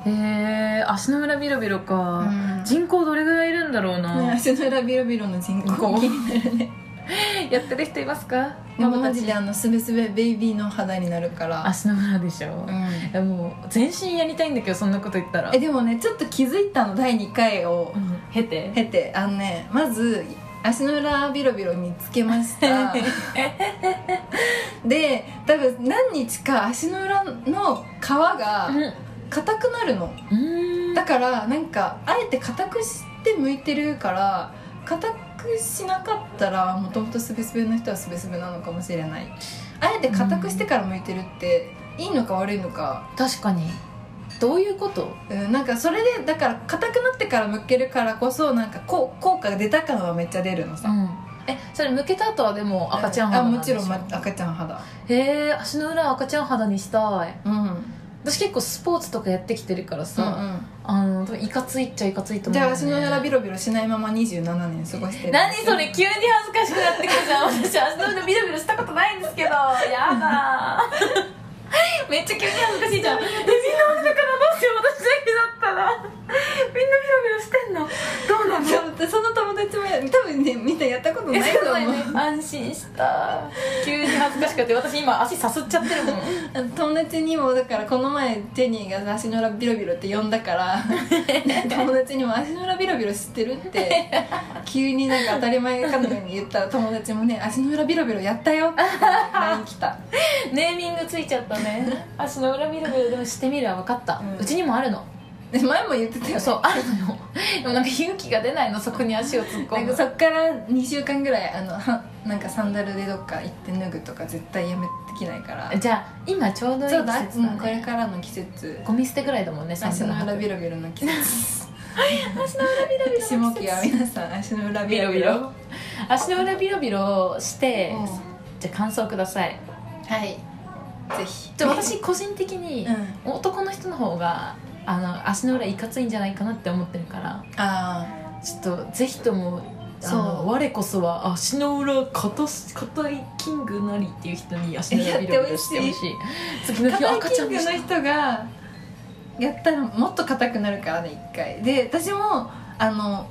Speaker 2: へえ足の裏ビロビロか、
Speaker 1: うん
Speaker 2: 人口どれぐらいいるんだろうな、
Speaker 1: ね足の裏ビロビロの人
Speaker 2: こ
Speaker 1: 口
Speaker 2: う
Speaker 1: 気になるね
Speaker 2: やってる人いますか
Speaker 1: でもマジであのすべすべベイビーの肌になるから、
Speaker 2: 足の裏でしょ
Speaker 1: う、ん
Speaker 2: いやもう全身やりたいんだけどそんなこと言ったら
Speaker 1: えでもねちょっと気づいたの第2回を
Speaker 2: うん経て
Speaker 1: 経てあのねまず足の裏ビロビロにつけました で多分何日か足の裏の皮が硬くなるの
Speaker 2: うん
Speaker 1: だからなんかあえて硬くして向いてるから硬くしなかったらもともとスベスベの人はスベスベなのかもしれないあえて硬くしてから向いてるっていいのか悪いのか、
Speaker 2: 確かにどういうこと
Speaker 1: うん、なんかそれでだから硬くなってから向けるからこそなんかこう効果が出た感はめっちゃ出るのさ、
Speaker 2: んえそれ向けた後はでも赤ちゃん
Speaker 1: あ
Speaker 2: 肌なん
Speaker 1: も
Speaker 2: でし
Speaker 1: ち
Speaker 2: ょ
Speaker 1: ろん、ま、赤ちゃん肌
Speaker 2: へえ足の裏赤ちゃん肌にしたい
Speaker 1: うん、うん
Speaker 2: 私結構スポーツとかやってきてるから
Speaker 1: う
Speaker 2: さ、
Speaker 1: ん、
Speaker 2: あの多分いかついっちゃいかついと思う
Speaker 1: じ
Speaker 2: んだ
Speaker 1: ゃ
Speaker 2: よ
Speaker 1: あ
Speaker 2: ね、
Speaker 1: 足の裏ビロビロしないまま27年過ごしてる
Speaker 2: 何それ急に恥ずかしくなってくるじゃん私足の裏ビロビロしたことないんですけどやだーめっちゃ急に恥ずかしいじゃんえみんなだからどうしよう私だけだったらみんなビロビロしてんのどうなの
Speaker 1: でも その友達もや多分ねみんなやったことないと思う
Speaker 2: 安心した急に恥ずかしくて私今足さすっちゃってるもん
Speaker 1: あの友達にもだからこの前ジェニーが足の裏ビロビロって呼んだから 友達にも足の裏ビロビロ知ってるって 急になんか当たり前かのように言ったら友達もね足の裏ビロビロやったよって LINE 来た
Speaker 2: ネーミングついちゃったね足の裏見るけどでもしてみるは分かった、
Speaker 1: う
Speaker 2: うんちにもあるの
Speaker 1: で前も言ってたよ
Speaker 2: そうあるのよでもなんか勇気が出ないのそこに足を突っ込
Speaker 1: なんか
Speaker 2: む
Speaker 1: そっから2週間ぐらいあのはなんかサンダルでどっか行って脱ぐとか絶対やめてきないから
Speaker 2: じゃあ今ちょうどいい季
Speaker 1: そう
Speaker 2: 節だ
Speaker 1: だ、
Speaker 2: ね
Speaker 1: うんこれからの季節
Speaker 2: ゴミ捨てぐらいだもんね
Speaker 1: 足の裏ビ
Speaker 2: ロ
Speaker 1: ロビロの 季節
Speaker 2: 足の裏ビロビ ロ
Speaker 1: 下木は皆さん足の裏ビロビロ
Speaker 2: 足の裏ビロビロして、
Speaker 1: うん
Speaker 2: じゃあ感想ください
Speaker 1: はいぜひ
Speaker 2: じゃあ私個人的に
Speaker 1: うん
Speaker 2: 男の人の方があの足の裏いかついんじゃないかなって思ってるから
Speaker 1: あ
Speaker 2: ちょっとぜひともあ
Speaker 1: そ
Speaker 2: の
Speaker 1: う
Speaker 2: 我こそは足の裏硬す硬いキングなりっていう人に足の
Speaker 1: や
Speaker 2: 裏
Speaker 1: って
Speaker 2: ビロビロしてほしい次の日
Speaker 1: 硬
Speaker 2: はい赤ち
Speaker 1: キ
Speaker 2: ゃ
Speaker 1: ン
Speaker 2: んで
Speaker 1: グ
Speaker 2: し
Speaker 1: の
Speaker 2: た
Speaker 1: 人がやったらもっと硬くなるからね一回で私もあの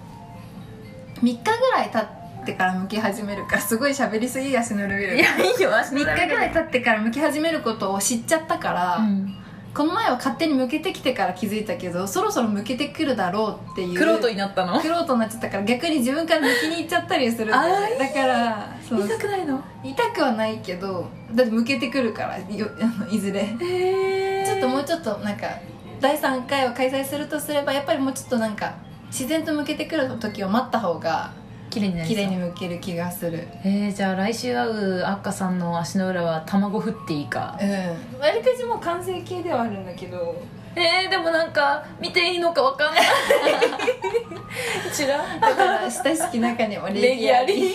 Speaker 1: 3日ぐらい経ってから剥き始めるからすごい喋りすぎ足のルビル3
Speaker 2: いいよ足
Speaker 1: 日ぐらい経ってから剥き始めることを知っちゃったから、
Speaker 2: うん
Speaker 1: この前は勝手に剥けてきてから気づいたけどそろそろ剥けてくるだろうっていう
Speaker 2: クロートになったの
Speaker 1: 苦労となっちゃったから逆に自分から抜きに行っちゃったりするんだよね
Speaker 2: あー
Speaker 1: だからそう
Speaker 2: 痛くないの
Speaker 1: 痛くはないけどだって向けてくるからよ あのいずれ
Speaker 2: え
Speaker 1: ちょっともう
Speaker 2: ち
Speaker 1: ちょっとなんか第3回を開催するとすればやっぱりもうちょっとなんか自然と向けてくる時を待った方が
Speaker 2: ょっと綺麗になりそ
Speaker 1: 綺
Speaker 2: う
Speaker 1: 麗に向ける気がする
Speaker 2: えー、じゃあ来週会うアッカさんの足の裏は卵振っていいか
Speaker 1: うんわりかしもう完成形ではあるんだけど
Speaker 2: えー、でもなんか見ていいのかわかん ない違う
Speaker 1: だから親しき中にも
Speaker 2: レ
Speaker 1: 礼
Speaker 2: ギ
Speaker 1: 儀
Speaker 2: ア
Speaker 1: あ
Speaker 2: リ
Speaker 1: り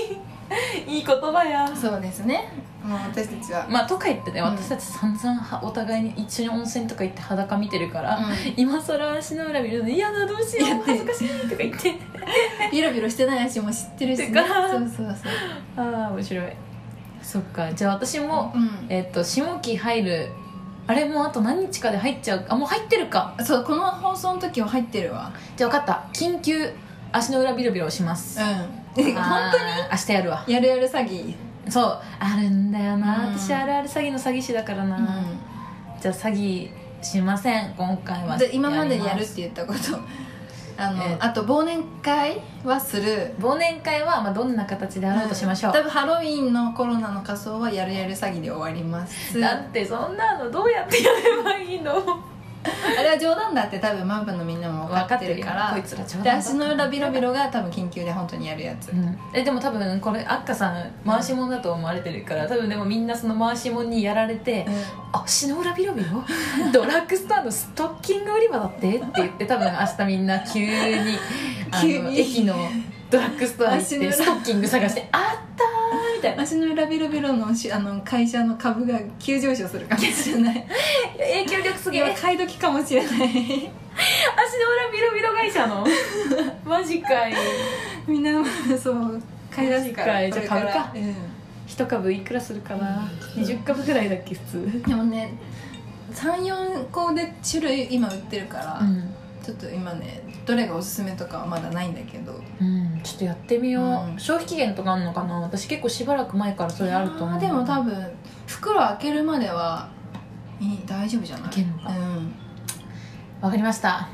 Speaker 2: いい言葉や
Speaker 1: そうですねもう私たちは、
Speaker 2: まあとか言ってね
Speaker 1: うん
Speaker 2: 私たち散々はお互いに一緒に温泉とか行って裸見てるから、
Speaker 1: うん
Speaker 2: 今更足の裏見るの嫌だどうしよ
Speaker 1: や
Speaker 2: う
Speaker 1: って
Speaker 2: 恥ず
Speaker 1: る
Speaker 2: かしいとか言って
Speaker 1: ビロビロしてない足も知ってるし、
Speaker 2: て
Speaker 1: ね、
Speaker 2: か
Speaker 1: そうそうそう
Speaker 2: ああ面白いそっかじゃあ私も、
Speaker 1: うん
Speaker 2: えっと下期入るあれもうあと何日かで入っちゃうあもう入ってるか
Speaker 1: そうこの放送の時は入ってるわ
Speaker 2: じゃあ分かった緊急足の裏ビロビロし ます、
Speaker 1: うん本
Speaker 2: あ
Speaker 1: 当
Speaker 2: ー明日やるわ
Speaker 1: にやるやる詐欺
Speaker 2: そうあるんだよな、
Speaker 1: うん
Speaker 2: 私あるある詐欺の詐欺師だからな、
Speaker 1: う
Speaker 2: じゃあ詐欺しません今回は
Speaker 1: んで今までにや
Speaker 2: りま
Speaker 1: るって
Speaker 2: す
Speaker 1: 言ったことあの、
Speaker 2: えー
Speaker 1: あと忘年会はする
Speaker 2: 忘年会はまあどんな形であろうとしましょう、
Speaker 1: 多分ハロウィンのコロナの仮装はやるやる詐欺で終わります
Speaker 2: だ
Speaker 1: あ
Speaker 2: ってそんなのどうやってやればいいの
Speaker 1: れは冗談だって多分マンブのみんなも分かってるから
Speaker 2: こいつらちょ
Speaker 1: で足の裏ビロビロが多分緊急で本当にやるやつ
Speaker 2: うん、えでも多分これアッカさん回し者だと思われてるから多分でもみんなその回し者にやられて「あ足の裏 ビロビロドラッグストアのストッキング売り場だって」って言って多分明日みんな急にあの
Speaker 1: 急に
Speaker 2: 駅のドラッグストア行っ
Speaker 1: 足の
Speaker 2: て
Speaker 1: 裏
Speaker 2: ストッキング探して「あったー!」みたいな
Speaker 1: 足の裏ビロビロのしあの会社の株が急上昇するかもしれない
Speaker 2: 影響力すぎ
Speaker 1: 今
Speaker 2: る
Speaker 1: 買い時かもしれない
Speaker 2: 足の裏ビロビロ会社 のマジかい
Speaker 1: みんなそう買い出すから
Speaker 2: マジか
Speaker 1: これら
Speaker 2: じゃあ買
Speaker 1: うん
Speaker 2: 一株いくらするかな20株ぐらいだっけ普通
Speaker 1: でもね34個で種類今売ってるから、
Speaker 2: うん、
Speaker 1: ちょっと今ねどれがおすすめとかはまだないんだけど
Speaker 2: うん、ちょっとやってみよう、
Speaker 1: うん
Speaker 2: 消費期限とかあるのかな私結構しばらく前からそれあると思
Speaker 1: あ
Speaker 2: う
Speaker 1: ーでも多分袋開けるまではいい大丈夫じゃない
Speaker 2: 開けるのか
Speaker 1: う
Speaker 2: わかりま した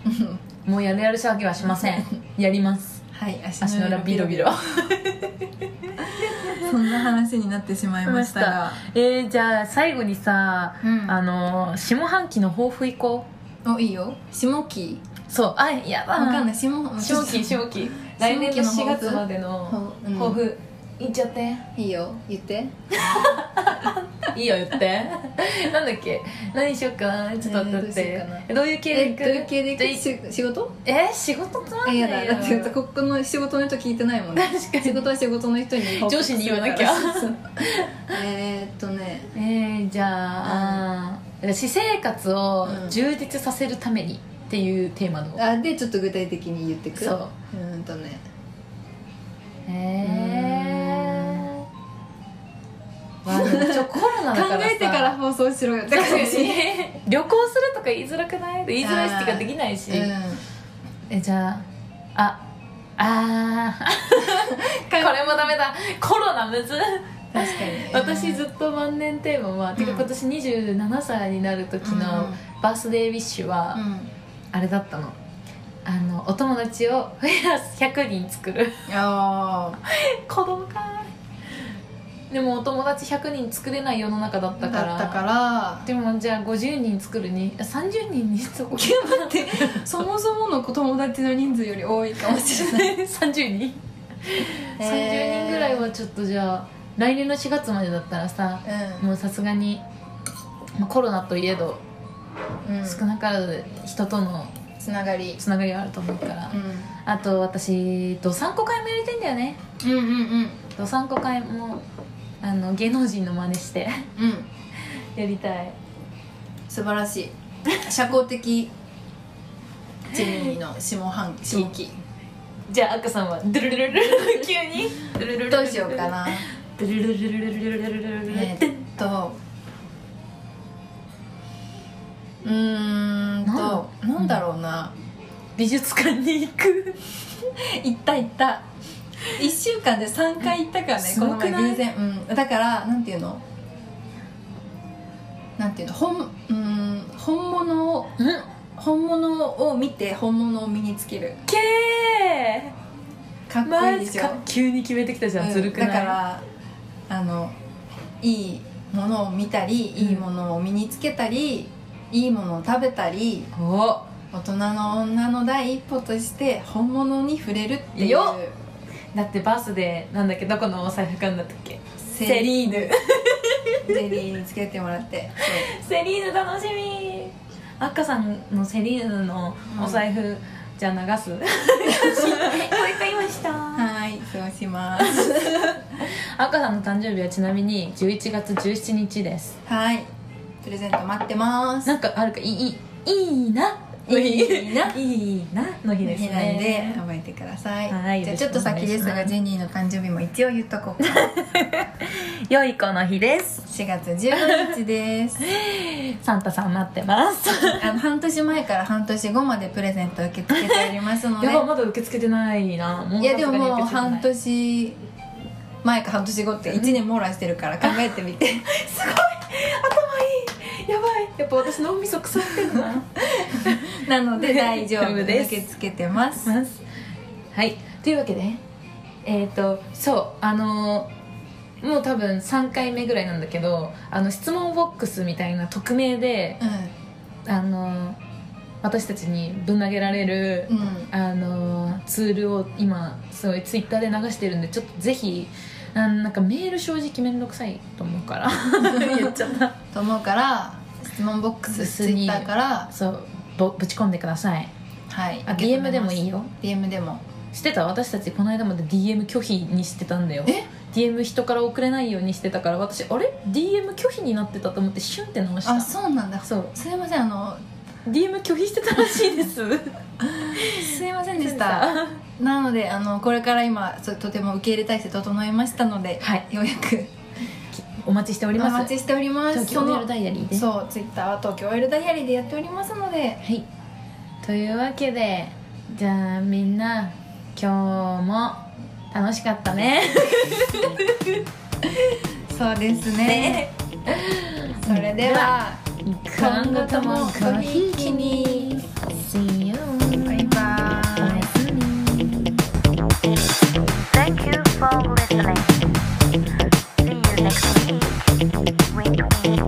Speaker 1: ん
Speaker 2: もうやるやる詐欺はしませんやります
Speaker 1: はい
Speaker 2: 足の裏ビロビロ
Speaker 1: そんな話になってしまいましたが、
Speaker 2: えー、じゃあ最後にさ、あのー下半期の抱負行こ
Speaker 1: おいいよ下期
Speaker 2: うそうあやだ
Speaker 1: わかんない下
Speaker 2: 下期下期来年の4月までの
Speaker 1: ほううん
Speaker 2: 抱負言っちゃって
Speaker 1: いいよ言って
Speaker 2: いいよ言って なんだっけ何しようかなちょっと待って待って、
Speaker 1: えーどうしようか
Speaker 2: どういう系で
Speaker 1: え
Speaker 2: いく
Speaker 1: どういう系で
Speaker 2: じゃあい
Speaker 1: 行く仕事
Speaker 2: えー仕事つまん
Speaker 1: あ
Speaker 2: ないいよ
Speaker 1: やだだってここの仕事の人聞いてないもんね
Speaker 2: 確かに
Speaker 1: 仕事は仕事の人 に報告
Speaker 2: 上司に言わなきゃ
Speaker 1: するからそうそうえーっとね
Speaker 2: えー、じゃあ、私生活を充実させるためにっていうテーマの、
Speaker 1: あでちょっと具体的に言ってく
Speaker 2: そう
Speaker 1: うーんとね
Speaker 2: えーわあでもちょコロナ
Speaker 1: 考
Speaker 2: だからさ
Speaker 1: えてから放送しろよって
Speaker 2: 確
Speaker 1: 感
Speaker 2: かに
Speaker 1: じ
Speaker 2: 旅行するとか言いづらくない言いづらいしっていうかできないし、
Speaker 1: うん
Speaker 2: えじゃあああー これもダメだコロナむず
Speaker 1: 確かに
Speaker 2: 私ず
Speaker 1: っ
Speaker 2: っと万年テーマは、てか
Speaker 1: うん
Speaker 2: 今年27歳になる時の
Speaker 1: うん
Speaker 2: バースデーウィッシュは、
Speaker 1: うん
Speaker 2: あれだったのあのお友達を増やす100人作る
Speaker 1: あ
Speaker 2: 子供かでもお友達100人作れない世の中だった
Speaker 1: あだっ
Speaker 2: から
Speaker 1: たから
Speaker 2: でもじゃあ50人作るにあ30人にそこ
Speaker 1: 待ってそもそもの友達の人数より多いかもしれな い
Speaker 2: 30人、30人ぐらいはちょっとじゃあ来年の4月までだったらさもうさすがにまあコロナといえど
Speaker 1: うんうん
Speaker 2: 少なからず人との
Speaker 1: つながり
Speaker 2: つながりはあると思うから、
Speaker 1: う
Speaker 2: あと私どさんこ会もやりたいんだよね
Speaker 1: んうんうん
Speaker 2: どさんこ会もあの芸能人の真似して
Speaker 1: うんうん
Speaker 2: やりたい
Speaker 1: 素晴らし い社交的ジェリーの下半期下期
Speaker 2: じゃあ赤さんはドゥルルルル急にドゥルルルルル
Speaker 1: どうしようかな
Speaker 2: ドゥルルルルルルルルルルルル
Speaker 1: えーっとうーんとなんだろうな
Speaker 2: 美術館に行く
Speaker 1: 行った行った1週間で3回行ったからね
Speaker 2: す
Speaker 1: こ
Speaker 2: ご
Speaker 1: の
Speaker 2: くな
Speaker 1: 前
Speaker 2: い
Speaker 1: 偶然うんだからなんていうのなんていうの本うん本物を
Speaker 2: うん
Speaker 1: 本物を見て本物を身につける
Speaker 2: けー
Speaker 1: かっこいい
Speaker 2: マ
Speaker 1: で
Speaker 2: ジ
Speaker 1: しょ
Speaker 2: か急に決めてきたじゃん、
Speaker 1: うん
Speaker 2: ずるくない
Speaker 1: だからあのいいものを見たり
Speaker 2: うん
Speaker 1: いいものを身につけたり、いいものを食べたり
Speaker 2: お
Speaker 1: 大人の女の第一歩として本物に触れるっていう
Speaker 2: よだってバースでなんだっけどこのお財布館だったっけ
Speaker 1: セ
Speaker 2: セリーヌ
Speaker 1: ゼ リーにつけてもらってそう
Speaker 2: セリーヌ楽しみアッカさんのセリーヌのお財布、じゃあ流すもう一回言いましたア
Speaker 1: はーいそうします
Speaker 2: ッカさんの誕生日はちなみに11月17日です
Speaker 1: はいプレゼント待ってます
Speaker 2: なんかあるかいいいいいいなの日
Speaker 1: いいない
Speaker 2: いなの日です
Speaker 1: 日なんで
Speaker 2: ね
Speaker 1: 覚えてください、
Speaker 2: はい
Speaker 1: じゃあちょっと先です
Speaker 2: よろしくお願いしま
Speaker 1: が
Speaker 2: す
Speaker 1: ジェニーの誕生日も一応言っとこうか
Speaker 2: 良い子の日です
Speaker 1: 4月15日 です
Speaker 2: サンタさん待ってます
Speaker 1: あの半年前から半年後までプレゼントを受け付けておりますので
Speaker 2: やばまだ受け付けてないなもう
Speaker 1: いやでももう
Speaker 2: さすがに
Speaker 1: 半
Speaker 2: 受け付
Speaker 1: 年前か半年後って1年網羅してるから考えてみて
Speaker 2: けてないやばいやっぱ私脳みそ腐ってるな
Speaker 1: なので大丈夫
Speaker 2: です
Speaker 1: 受け付けてます
Speaker 2: ますはいというわけでえっ、とそうあのーもう多分3回目ぐらいなんだけどあの質問ボックスみたいな匿名で
Speaker 1: う
Speaker 2: あのー私たちにぶん投げられる、
Speaker 1: んうん
Speaker 2: あのーツールを今すごいツイッターで流してるんでちょっとぜひあのなんかメール正直面倒くさいと思うから 言っちゃった
Speaker 1: と思うから質問ボックスツイ
Speaker 2: 薄に
Speaker 1: ッターから
Speaker 2: そうぼぶち込んでください
Speaker 1: はい
Speaker 2: あ DM でもいい
Speaker 1: よ
Speaker 2: よ
Speaker 1: DM でも
Speaker 2: してた私たちこの間まで DM 拒否にしてたんだよ
Speaker 1: え
Speaker 2: DM 人から送れないようにしてたから私あれ DM 拒否になってたと思ってシュンって直した
Speaker 1: あそうなんだ
Speaker 2: そう
Speaker 1: すいませんあの
Speaker 2: DM 拒否してたらしいです
Speaker 1: すいませんでしたなのであのこれから今そうとても受け入れ体制整えましたの で
Speaker 2: はい
Speaker 1: ようやく
Speaker 2: お待ちしており
Speaker 1: お
Speaker 2: ます
Speaker 1: 待ちしております
Speaker 2: 東京メールダイアリーで
Speaker 1: そうツイッターは東京オイルダイアリーでやっておりますので
Speaker 2: はいというわけでじゃあみんな今日も楽しかったね
Speaker 1: そうですねそれでは
Speaker 2: 今後ともごひいきに See you
Speaker 1: バイバ
Speaker 2: お
Speaker 1: ーイ
Speaker 2: やすみ
Speaker 3: Thank you for listening. See you next week. Wink, wink.